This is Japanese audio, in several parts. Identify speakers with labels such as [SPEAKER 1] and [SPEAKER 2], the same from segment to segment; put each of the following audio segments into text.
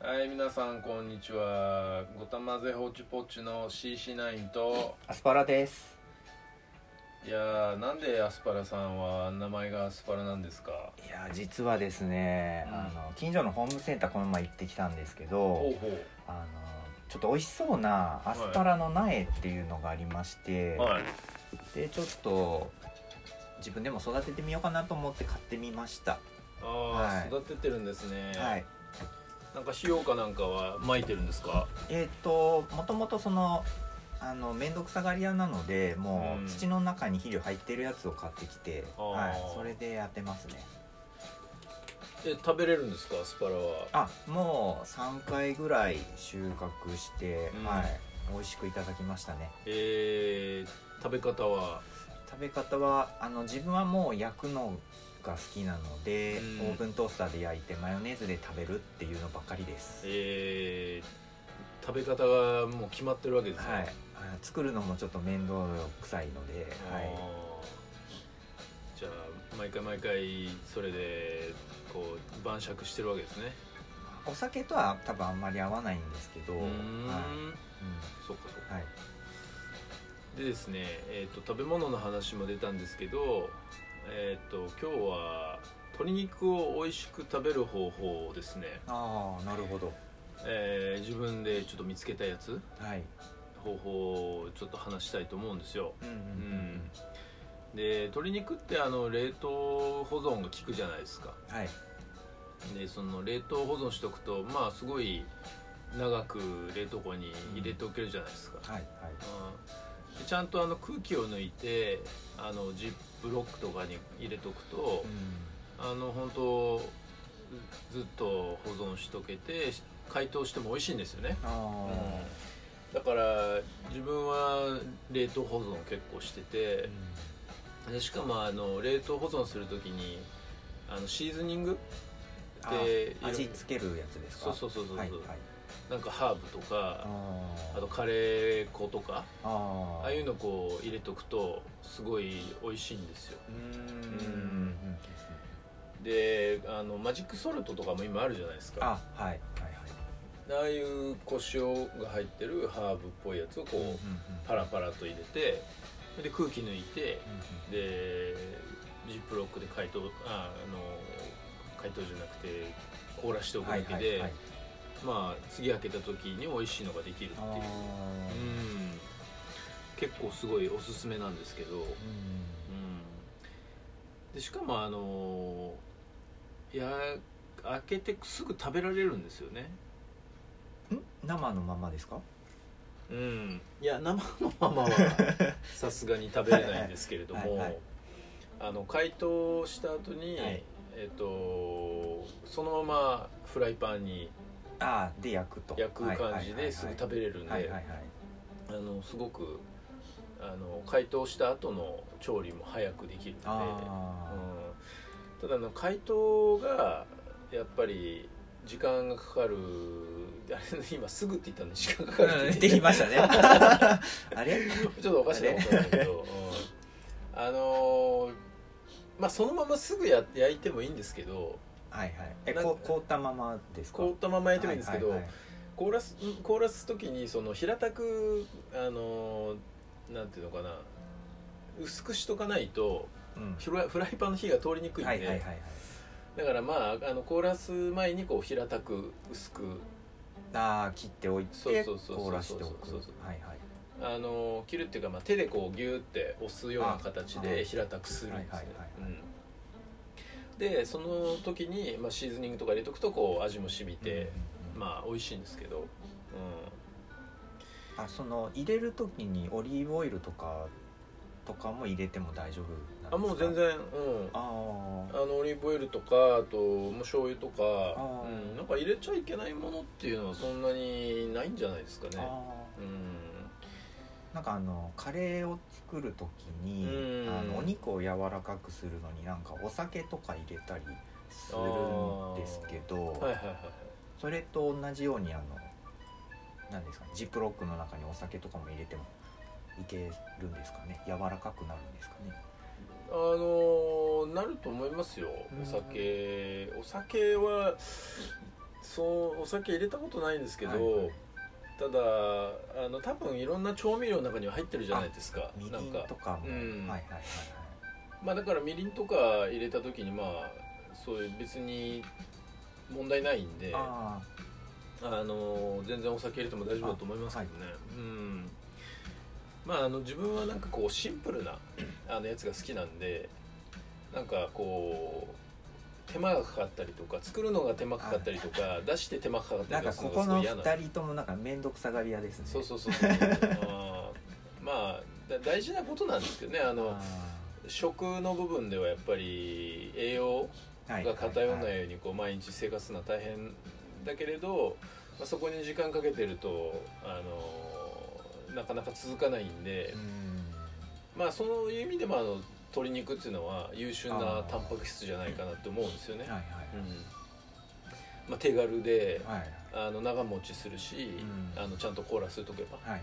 [SPEAKER 1] はい皆さんこんにちはごたまぜホチポチの CC9 と
[SPEAKER 2] アスパラです
[SPEAKER 1] いやーなんでアスパラさんは名前がアスパラなんですか
[SPEAKER 2] いや実はですね、
[SPEAKER 1] うん
[SPEAKER 2] あの近所のホームセンターこの前行ってきたんですけ
[SPEAKER 1] ほ
[SPEAKER 2] ど
[SPEAKER 1] うほう
[SPEAKER 2] あのちょっと美味しそうなアスパラの苗っていうのがありまして、
[SPEAKER 1] はい
[SPEAKER 2] でちょっと自分でも育ててみようかなと思って買ってみました
[SPEAKER 1] ああ、
[SPEAKER 2] はい
[SPEAKER 1] 育ててるんですね、
[SPEAKER 2] はい
[SPEAKER 1] なんか塩かなんかは撒いてるんですか
[SPEAKER 2] えっ、ともともとそのあの面倒くさがり屋なのでも
[SPEAKER 1] うん
[SPEAKER 2] う土の中に肥料入ってるやつを買ってきて、
[SPEAKER 1] あー
[SPEAKER 2] はい、それでやってますね
[SPEAKER 1] え食べれるんですかアスパラは
[SPEAKER 2] あもう3回ぐらい収穫して、
[SPEAKER 1] うん
[SPEAKER 2] はい美味しくいただきましたね
[SPEAKER 1] えー、食べ方は
[SPEAKER 2] 食べ方はあの自分はもう焼くのが好きなので、
[SPEAKER 1] うん
[SPEAKER 2] オーブントースターで焼いてマヨネーズで食べるっていうのばかりです
[SPEAKER 1] えー、食べ方がもう決まってるわけですね
[SPEAKER 2] はいあ作るのもちょっと面倒くさいので、はい、
[SPEAKER 1] じゃあ毎回毎回それでこう晩酌してるわけですね
[SPEAKER 2] お酒とは多分あんまり合わないんですけど、
[SPEAKER 1] う
[SPEAKER 2] はいう
[SPEAKER 1] ん
[SPEAKER 2] ん
[SPEAKER 1] そっかそっか
[SPEAKER 2] はい、
[SPEAKER 1] でですね、えー、と食べ物の話も出たんですけど、えー、と今日は鶏肉を美味しく食べる方法をですね、
[SPEAKER 2] ああなるほど
[SPEAKER 1] えー自分でちょっと見つけたやつ
[SPEAKER 2] はい
[SPEAKER 1] 方法をちょっと話したいと思うんですよ
[SPEAKER 2] うんうん
[SPEAKER 1] うんで鶏肉ってあの冷凍保存が効くじゃないですか
[SPEAKER 2] うんはい
[SPEAKER 1] でその冷凍保存しておくとまあすごい長く冷凍庫に入れておけるじゃないですか、
[SPEAKER 2] はいはい
[SPEAKER 1] うんでちゃんとあの空気を抜いてあのジップロックとかに入れとくと、あの本当ずずっと保存しとけて解凍しても美味しいんですよね、
[SPEAKER 2] ああ
[SPEAKER 1] だから自分は冷凍保存結構して
[SPEAKER 2] ー、
[SPEAKER 1] て、でしかもあの冷凍保存する時にあのシーズニング
[SPEAKER 2] あ
[SPEAKER 1] で
[SPEAKER 2] ー味付けるやつですか
[SPEAKER 1] そうそうそうそう、
[SPEAKER 2] はいはい
[SPEAKER 1] なんかハーブとか
[SPEAKER 2] あー
[SPEAKER 1] あとカレー粉とか
[SPEAKER 2] あ
[SPEAKER 1] ああいう
[SPEAKER 2] の
[SPEAKER 1] のこう入れとくとすごい美味しいんですよ
[SPEAKER 2] うん
[SPEAKER 1] であのマジックソルトとかも今あるじゃないですか
[SPEAKER 2] あはいはいはい
[SPEAKER 1] ああいう胡椒が入ってるハーブっぽいやつをこう、パラパラと入れてで空気抜いてでジップロックで解凍ああの解凍じゃなくて凍らしておくだけで、まあ次開けた時に美味しいのができるっていううん結構すごいおすすめなんですけど、うん、でしかもあのいや開けてすぐ食べられるんですよね
[SPEAKER 2] 生のままですか
[SPEAKER 1] うんいや生のままは さすがに食べれないんですけれども、
[SPEAKER 2] はいはい
[SPEAKER 1] あの解凍した後に、
[SPEAKER 2] はい
[SPEAKER 1] えっとそのままフライパンに
[SPEAKER 2] あーで焼くと
[SPEAKER 1] 焼く感じですぐ食べれるん
[SPEAKER 2] はいはい
[SPEAKER 1] で
[SPEAKER 2] はい
[SPEAKER 1] あのすごくあの解凍した後の調理も早くできるので、
[SPEAKER 2] あ
[SPEAKER 1] うん、ただあの解凍がやっぱり時間がかかるあれ今すぐって言ったのに時間がかかる
[SPEAKER 2] ー
[SPEAKER 1] って
[SPEAKER 2] で
[SPEAKER 1] 言っ
[SPEAKER 2] き
[SPEAKER 1] て
[SPEAKER 2] ましたねあれ
[SPEAKER 1] ちょっとおかしなことなんだけど、うんあのーまあそのまますぐや焼いてもいいんですけど
[SPEAKER 2] はいはいえこ凍ったままですか
[SPEAKER 1] 凍ったまま焼いてもいいんですけど、
[SPEAKER 2] はいはいはい
[SPEAKER 1] 凍らす凍らす時にその平たくあのーなんていうのかな薄くしとかないと
[SPEAKER 2] うん
[SPEAKER 1] フラフライパンの火が通りにくいんで、
[SPEAKER 2] はいはいはいはい
[SPEAKER 1] だからまああの凍らす前にこう平たく薄く
[SPEAKER 2] あー切っておい
[SPEAKER 1] そう
[SPEAKER 2] て
[SPEAKER 1] そうそうそう
[SPEAKER 2] 凍らしておく
[SPEAKER 1] そうそうそう
[SPEAKER 2] はいはい
[SPEAKER 1] あの切るっていうか、まあ、手でこうギューって押すような形
[SPEAKER 2] あは
[SPEAKER 1] で
[SPEAKER 2] い
[SPEAKER 1] 平たくするんです
[SPEAKER 2] はい
[SPEAKER 1] ね
[SPEAKER 2] はいは
[SPEAKER 1] う
[SPEAKER 2] い
[SPEAKER 1] んでその時に、まあ、シーズニングとか入れとくとこう味も染みて、
[SPEAKER 2] うん
[SPEAKER 1] まあ美味しいんですけど、
[SPEAKER 2] あその入れる時にオリーブオイルとかとかも入れても大丈夫
[SPEAKER 1] うん、あ
[SPEAKER 2] なんですか
[SPEAKER 1] もう全然うん
[SPEAKER 2] あ
[SPEAKER 1] あ
[SPEAKER 2] ー
[SPEAKER 1] のオリーブオイルとかあともう醤油とか
[SPEAKER 2] あ、ー
[SPEAKER 1] うん、なんか入れちゃいけないものっていうのはそんなにないんじゃないですかね
[SPEAKER 2] あ
[SPEAKER 1] うん
[SPEAKER 2] ーなんかあのカレーを作る時に
[SPEAKER 1] うん
[SPEAKER 2] あのお肉を柔らかくするのになんかお酒とか入れたりするんですけど、
[SPEAKER 1] はいはいはい
[SPEAKER 2] それと同じようにあの何ですかねジップロックの中にお酒とかも入れてもいけるんですかね柔らかくなるんですかね
[SPEAKER 1] あのーなると思いますよ
[SPEAKER 2] うん
[SPEAKER 1] お酒お酒はそうお酒入れたことないんですけど、
[SPEAKER 2] はいはい
[SPEAKER 1] ただあの多分いろんな調味料の中には入ってるじゃないですか
[SPEAKER 2] みり
[SPEAKER 1] なん
[SPEAKER 2] ん
[SPEAKER 1] か
[SPEAKER 2] とか
[SPEAKER 1] う
[SPEAKER 2] も、
[SPEAKER 1] ん
[SPEAKER 2] はいはいはい
[SPEAKER 1] まあだからみりんとか入れた時にまあそういう別に問題ないんであ
[SPEAKER 2] はいあ
[SPEAKER 1] の全然お酒入れても大丈夫だと思いますけどね、うんまああの自分はなんかこうシンプル なあのやつが好きなんでなんかこう手間がかかったりとか作るのが手間かかったりとか出して手間かかっ
[SPEAKER 2] あな
[SPEAKER 1] た
[SPEAKER 2] ん
[SPEAKER 1] り
[SPEAKER 2] か
[SPEAKER 1] とかす
[SPEAKER 2] こ
[SPEAKER 1] るのが
[SPEAKER 2] こ
[SPEAKER 1] すご
[SPEAKER 2] の
[SPEAKER 1] い嫌なんで
[SPEAKER 2] 2人ともなんか面倒くさがり屋ですね
[SPEAKER 1] そう
[SPEAKER 2] う
[SPEAKER 1] そうそうそうあーまあだ大事なことなんですけどねあの食の部分ではやっぱり栄養が偏らないようにこう毎日生活するのは大変だけれど、まあ、そこに時間かけてるとあのなかなか続かないんで、まあそういう意味でもあの鶏肉っていうのは優秀なタンパク質じゃないかなって思うんですよね。
[SPEAKER 2] はいはい
[SPEAKER 1] うんまあ、手軽で
[SPEAKER 2] はいはい
[SPEAKER 1] あの長持ちするし、
[SPEAKER 2] うん
[SPEAKER 1] あのちゃんと凍らせとけば
[SPEAKER 2] はいはい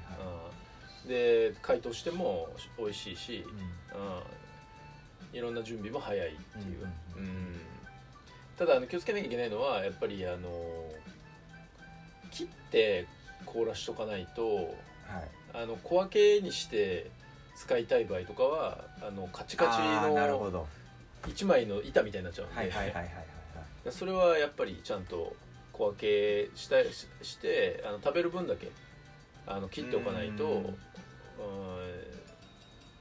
[SPEAKER 1] うんで解凍しても美味しいし、うんいろんな準備も早いっていう、
[SPEAKER 2] う
[SPEAKER 1] うんただあの気をつけなきゃいけないのはやっぱりあの切って凍らしとかないと
[SPEAKER 2] はい
[SPEAKER 1] あの小分けにして使いたい場合とかはあのカチカチ
[SPEAKER 2] あーなるほ
[SPEAKER 1] の
[SPEAKER 2] ど
[SPEAKER 1] 1枚の板みたいになっちゃうんで、
[SPEAKER 2] はいはいはいはいは い
[SPEAKER 1] それはやっぱりちゃんと小分けしたししてあの食べる分だけあの切っておかないと
[SPEAKER 2] うん
[SPEAKER 1] うん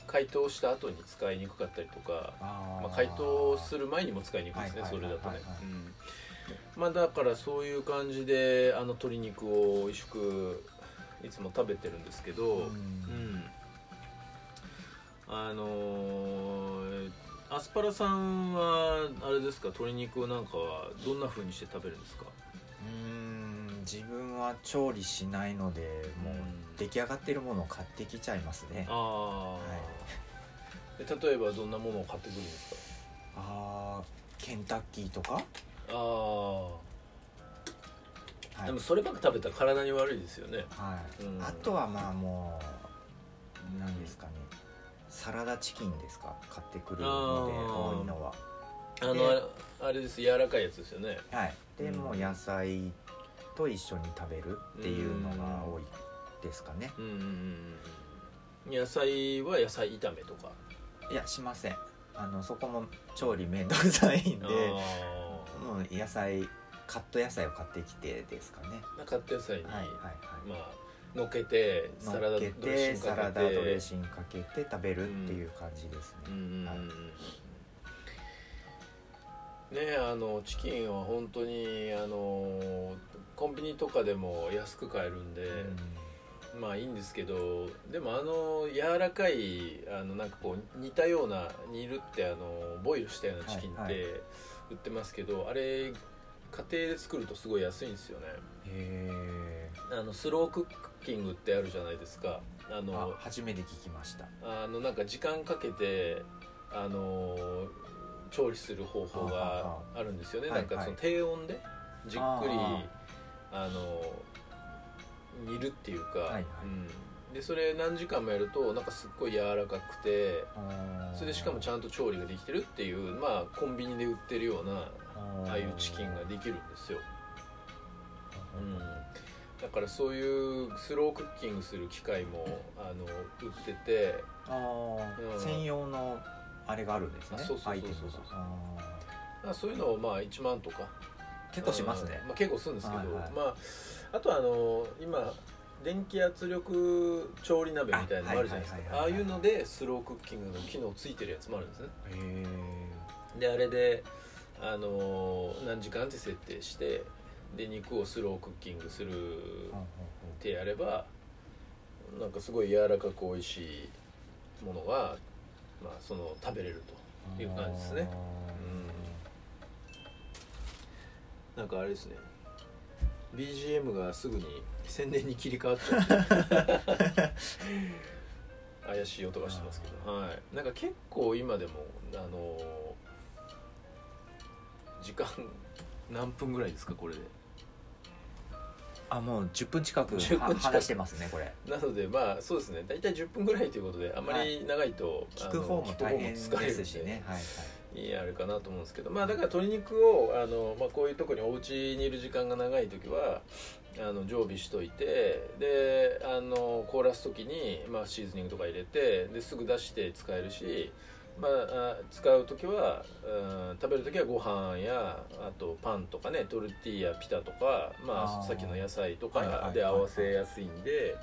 [SPEAKER 1] 解凍した後に使いにくかったりとか、
[SPEAKER 2] あ
[SPEAKER 1] まあ、解凍する
[SPEAKER 2] る
[SPEAKER 1] 前にも使いにくいですね
[SPEAKER 2] はい
[SPEAKER 1] そ
[SPEAKER 2] はい
[SPEAKER 1] れ
[SPEAKER 2] はい
[SPEAKER 1] だ
[SPEAKER 2] はい
[SPEAKER 1] とね
[SPEAKER 2] はい、
[SPEAKER 1] うんまあ、だからそういう感じであの鶏肉を美味しくいつも食べてるんですけど、うんあのーアスパラさんはあれですか鶏肉なんかはどんな風にして食べるんですか
[SPEAKER 2] うん自分は調理しないのでもう出来上がってるものを買ってきちゃいますねあ
[SPEAKER 1] ああ、で例えばどんなものを買ってくるんですか
[SPEAKER 2] あーケンタッキーとか、
[SPEAKER 1] ああ
[SPEAKER 2] はい
[SPEAKER 1] でもそればっか食べたら体に悪いですよね
[SPEAKER 2] はい
[SPEAKER 1] うん
[SPEAKER 2] あとはまあもう何ですかねサラダチキンですか買ってくるので
[SPEAKER 1] あー
[SPEAKER 2] 多いのは
[SPEAKER 1] あの
[SPEAKER 2] で
[SPEAKER 1] ああれです柔らかいやつですよね
[SPEAKER 2] はいで
[SPEAKER 1] うん
[SPEAKER 2] もう野菜と一緒に食べるっていうのが多いですかね
[SPEAKER 1] うんうんうんうん野菜は野菜炒めとか
[SPEAKER 2] いやしませんあのそこも調理面倒くさいんで
[SPEAKER 1] あ
[SPEAKER 2] もう野菜カット野菜を買ってきてですかね
[SPEAKER 1] あ買った野菜に、
[SPEAKER 2] はいはい
[SPEAKER 1] まあのっけてサラ
[SPEAKER 2] は
[SPEAKER 1] ダ
[SPEAKER 2] いのっ
[SPEAKER 1] ドレ
[SPEAKER 2] け
[SPEAKER 1] ッ
[SPEAKER 2] て
[SPEAKER 1] シングかけ
[SPEAKER 2] サラ
[SPEAKER 1] て
[SPEAKER 2] ダドレッシングかけて食べるっていう感じです
[SPEAKER 1] う
[SPEAKER 2] ね、
[SPEAKER 1] ん
[SPEAKER 2] はい
[SPEAKER 1] ねえあのチキンは本当にあのコンビニとかでも安く買えるんで、まあいいんですけどでもあの柔らかいあのなんかこう似たような煮るってあのボイルしたようなチキンっ
[SPEAKER 2] はいは
[SPEAKER 1] て
[SPEAKER 2] い
[SPEAKER 1] 売ってますけど、あれ家庭で作るとすごい安いんですよね
[SPEAKER 2] へえ
[SPEAKER 1] あのスロークッキングってあるじゃないですかあ
[SPEAKER 2] あ
[SPEAKER 1] の
[SPEAKER 2] 初めて聞きました
[SPEAKER 1] あのなんか時間かけてあのー調理する方法があるんですよね
[SPEAKER 2] はあ
[SPEAKER 1] な
[SPEAKER 2] はあ
[SPEAKER 1] んかそ
[SPEAKER 2] はい
[SPEAKER 1] の
[SPEAKER 2] は
[SPEAKER 1] 低
[SPEAKER 2] い
[SPEAKER 1] 温でじっくり
[SPEAKER 2] あ
[SPEAKER 1] あのー煮るっていうか、
[SPEAKER 2] はいはい
[SPEAKER 1] うん、でそれ何時間もやるとなんかすっごい柔らかくてそれでしかもち
[SPEAKER 2] ゃん
[SPEAKER 1] ゃんと調理ができてるっていうまあコンビニで売ってるようなああいうチキンができるんですよ、うん、だからそういうスロークッキングする機械もあの売ってて
[SPEAKER 2] あ
[SPEAKER 1] うん
[SPEAKER 2] あ専用のあれがあるんですね
[SPEAKER 1] あそうそうそうそう
[SPEAKER 2] アイテムがあ
[SPEAKER 1] まあ、そういうのをまあ1万とか
[SPEAKER 2] ー結構しますね
[SPEAKER 1] あのまあ、結構するんですけど、
[SPEAKER 2] はいはい
[SPEAKER 1] まあ、あとはあの今電気圧力調理鍋みたいなのもあるじゃないです
[SPEAKER 2] あ
[SPEAKER 1] かあ
[SPEAKER 2] は
[SPEAKER 1] あ
[SPEAKER 2] いはいは
[SPEAKER 1] い
[SPEAKER 2] いはい
[SPEAKER 1] うのでスロークッキングの機能ついてるやつもあるんですね
[SPEAKER 2] へえ
[SPEAKER 1] であれであの何時間って設定してで肉をスロークッキングするってやればなんかすごい柔らかく美味しいものが、まあ、その食べれるという感じですねなんかあれですね BGM がすぐに宣伝に切り替わっちゃう怪しい音がしてますけどはいなんか結構今でもあのー時間何分ぐらいですかこれで
[SPEAKER 2] あもう10分近くは
[SPEAKER 1] 10分近く
[SPEAKER 2] 話してますねこれ
[SPEAKER 1] なのでまあそうですね大体10分ぐらいということであまり長いと、あ
[SPEAKER 2] 聞
[SPEAKER 1] の
[SPEAKER 2] く方も大変で
[SPEAKER 1] 聞く方も疲れるん
[SPEAKER 2] すしねはい
[SPEAKER 1] いいあれかなと思うんですけどまあだから鶏肉をあの、まあ、こういうとこにお家にいる時間が長い時はあの常備しといてであの凍らす時に、まあ、シーズニングとか入れてですぐ出して使えるし、まあ、あ使う時は、うん、食べる時はご飯やあとパンとかねトルティーヤピタとか、まあ、
[SPEAKER 2] あー
[SPEAKER 1] さっきの野菜と
[SPEAKER 2] はいはいは
[SPEAKER 1] か
[SPEAKER 2] い
[SPEAKER 1] で合わせやすいんで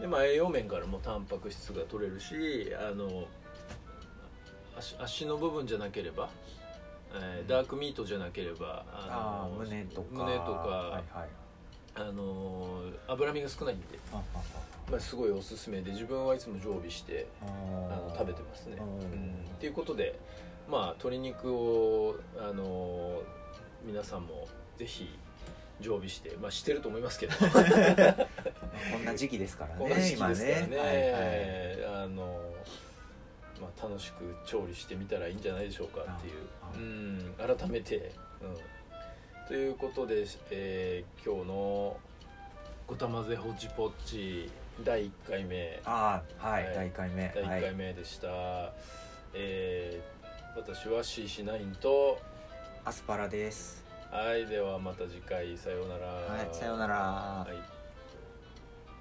[SPEAKER 1] で、まあ、栄養面からもタンパク質が取れるしあの足足の部分じゃなければ、えーダークミートじゃなければ
[SPEAKER 2] あ
[SPEAKER 1] あ
[SPEAKER 2] あ
[SPEAKER 1] の
[SPEAKER 2] 胸とか
[SPEAKER 1] 胸とか、
[SPEAKER 2] はいはい
[SPEAKER 1] あのー脂身が少ないんで、
[SPEAKER 2] ああ
[SPEAKER 1] まあ、すごいおすすめで自分はいつも常備して
[SPEAKER 2] あ
[SPEAKER 1] あ
[SPEAKER 2] あ
[SPEAKER 1] の食べてますね。
[SPEAKER 2] あ
[SPEAKER 1] う
[SPEAKER 2] ー
[SPEAKER 1] んっていうことで、まあ、鶏肉を、あのー皆さんもぜひ常備して、まあ、してると思いますけど
[SPEAKER 2] こんな時期ですからね
[SPEAKER 1] この時期ですから
[SPEAKER 2] 今
[SPEAKER 1] ね、
[SPEAKER 2] はいはい
[SPEAKER 1] あのーまあ、楽しく調理してみたらいいんじゃないでしょうかっていう
[SPEAKER 2] あ、
[SPEAKER 1] うん、改めて、うん、ということで、えー今日の「ごたまぜホチポッチ」第1回目
[SPEAKER 2] ああはい、
[SPEAKER 1] はい
[SPEAKER 2] 第一回目
[SPEAKER 1] 第1
[SPEAKER 2] は
[SPEAKER 1] 回
[SPEAKER 2] い、
[SPEAKER 1] 目でした、えー私は CC9 と
[SPEAKER 2] アスパラです
[SPEAKER 1] はいではまた次回さようなら
[SPEAKER 2] はいさようなら、
[SPEAKER 1] はい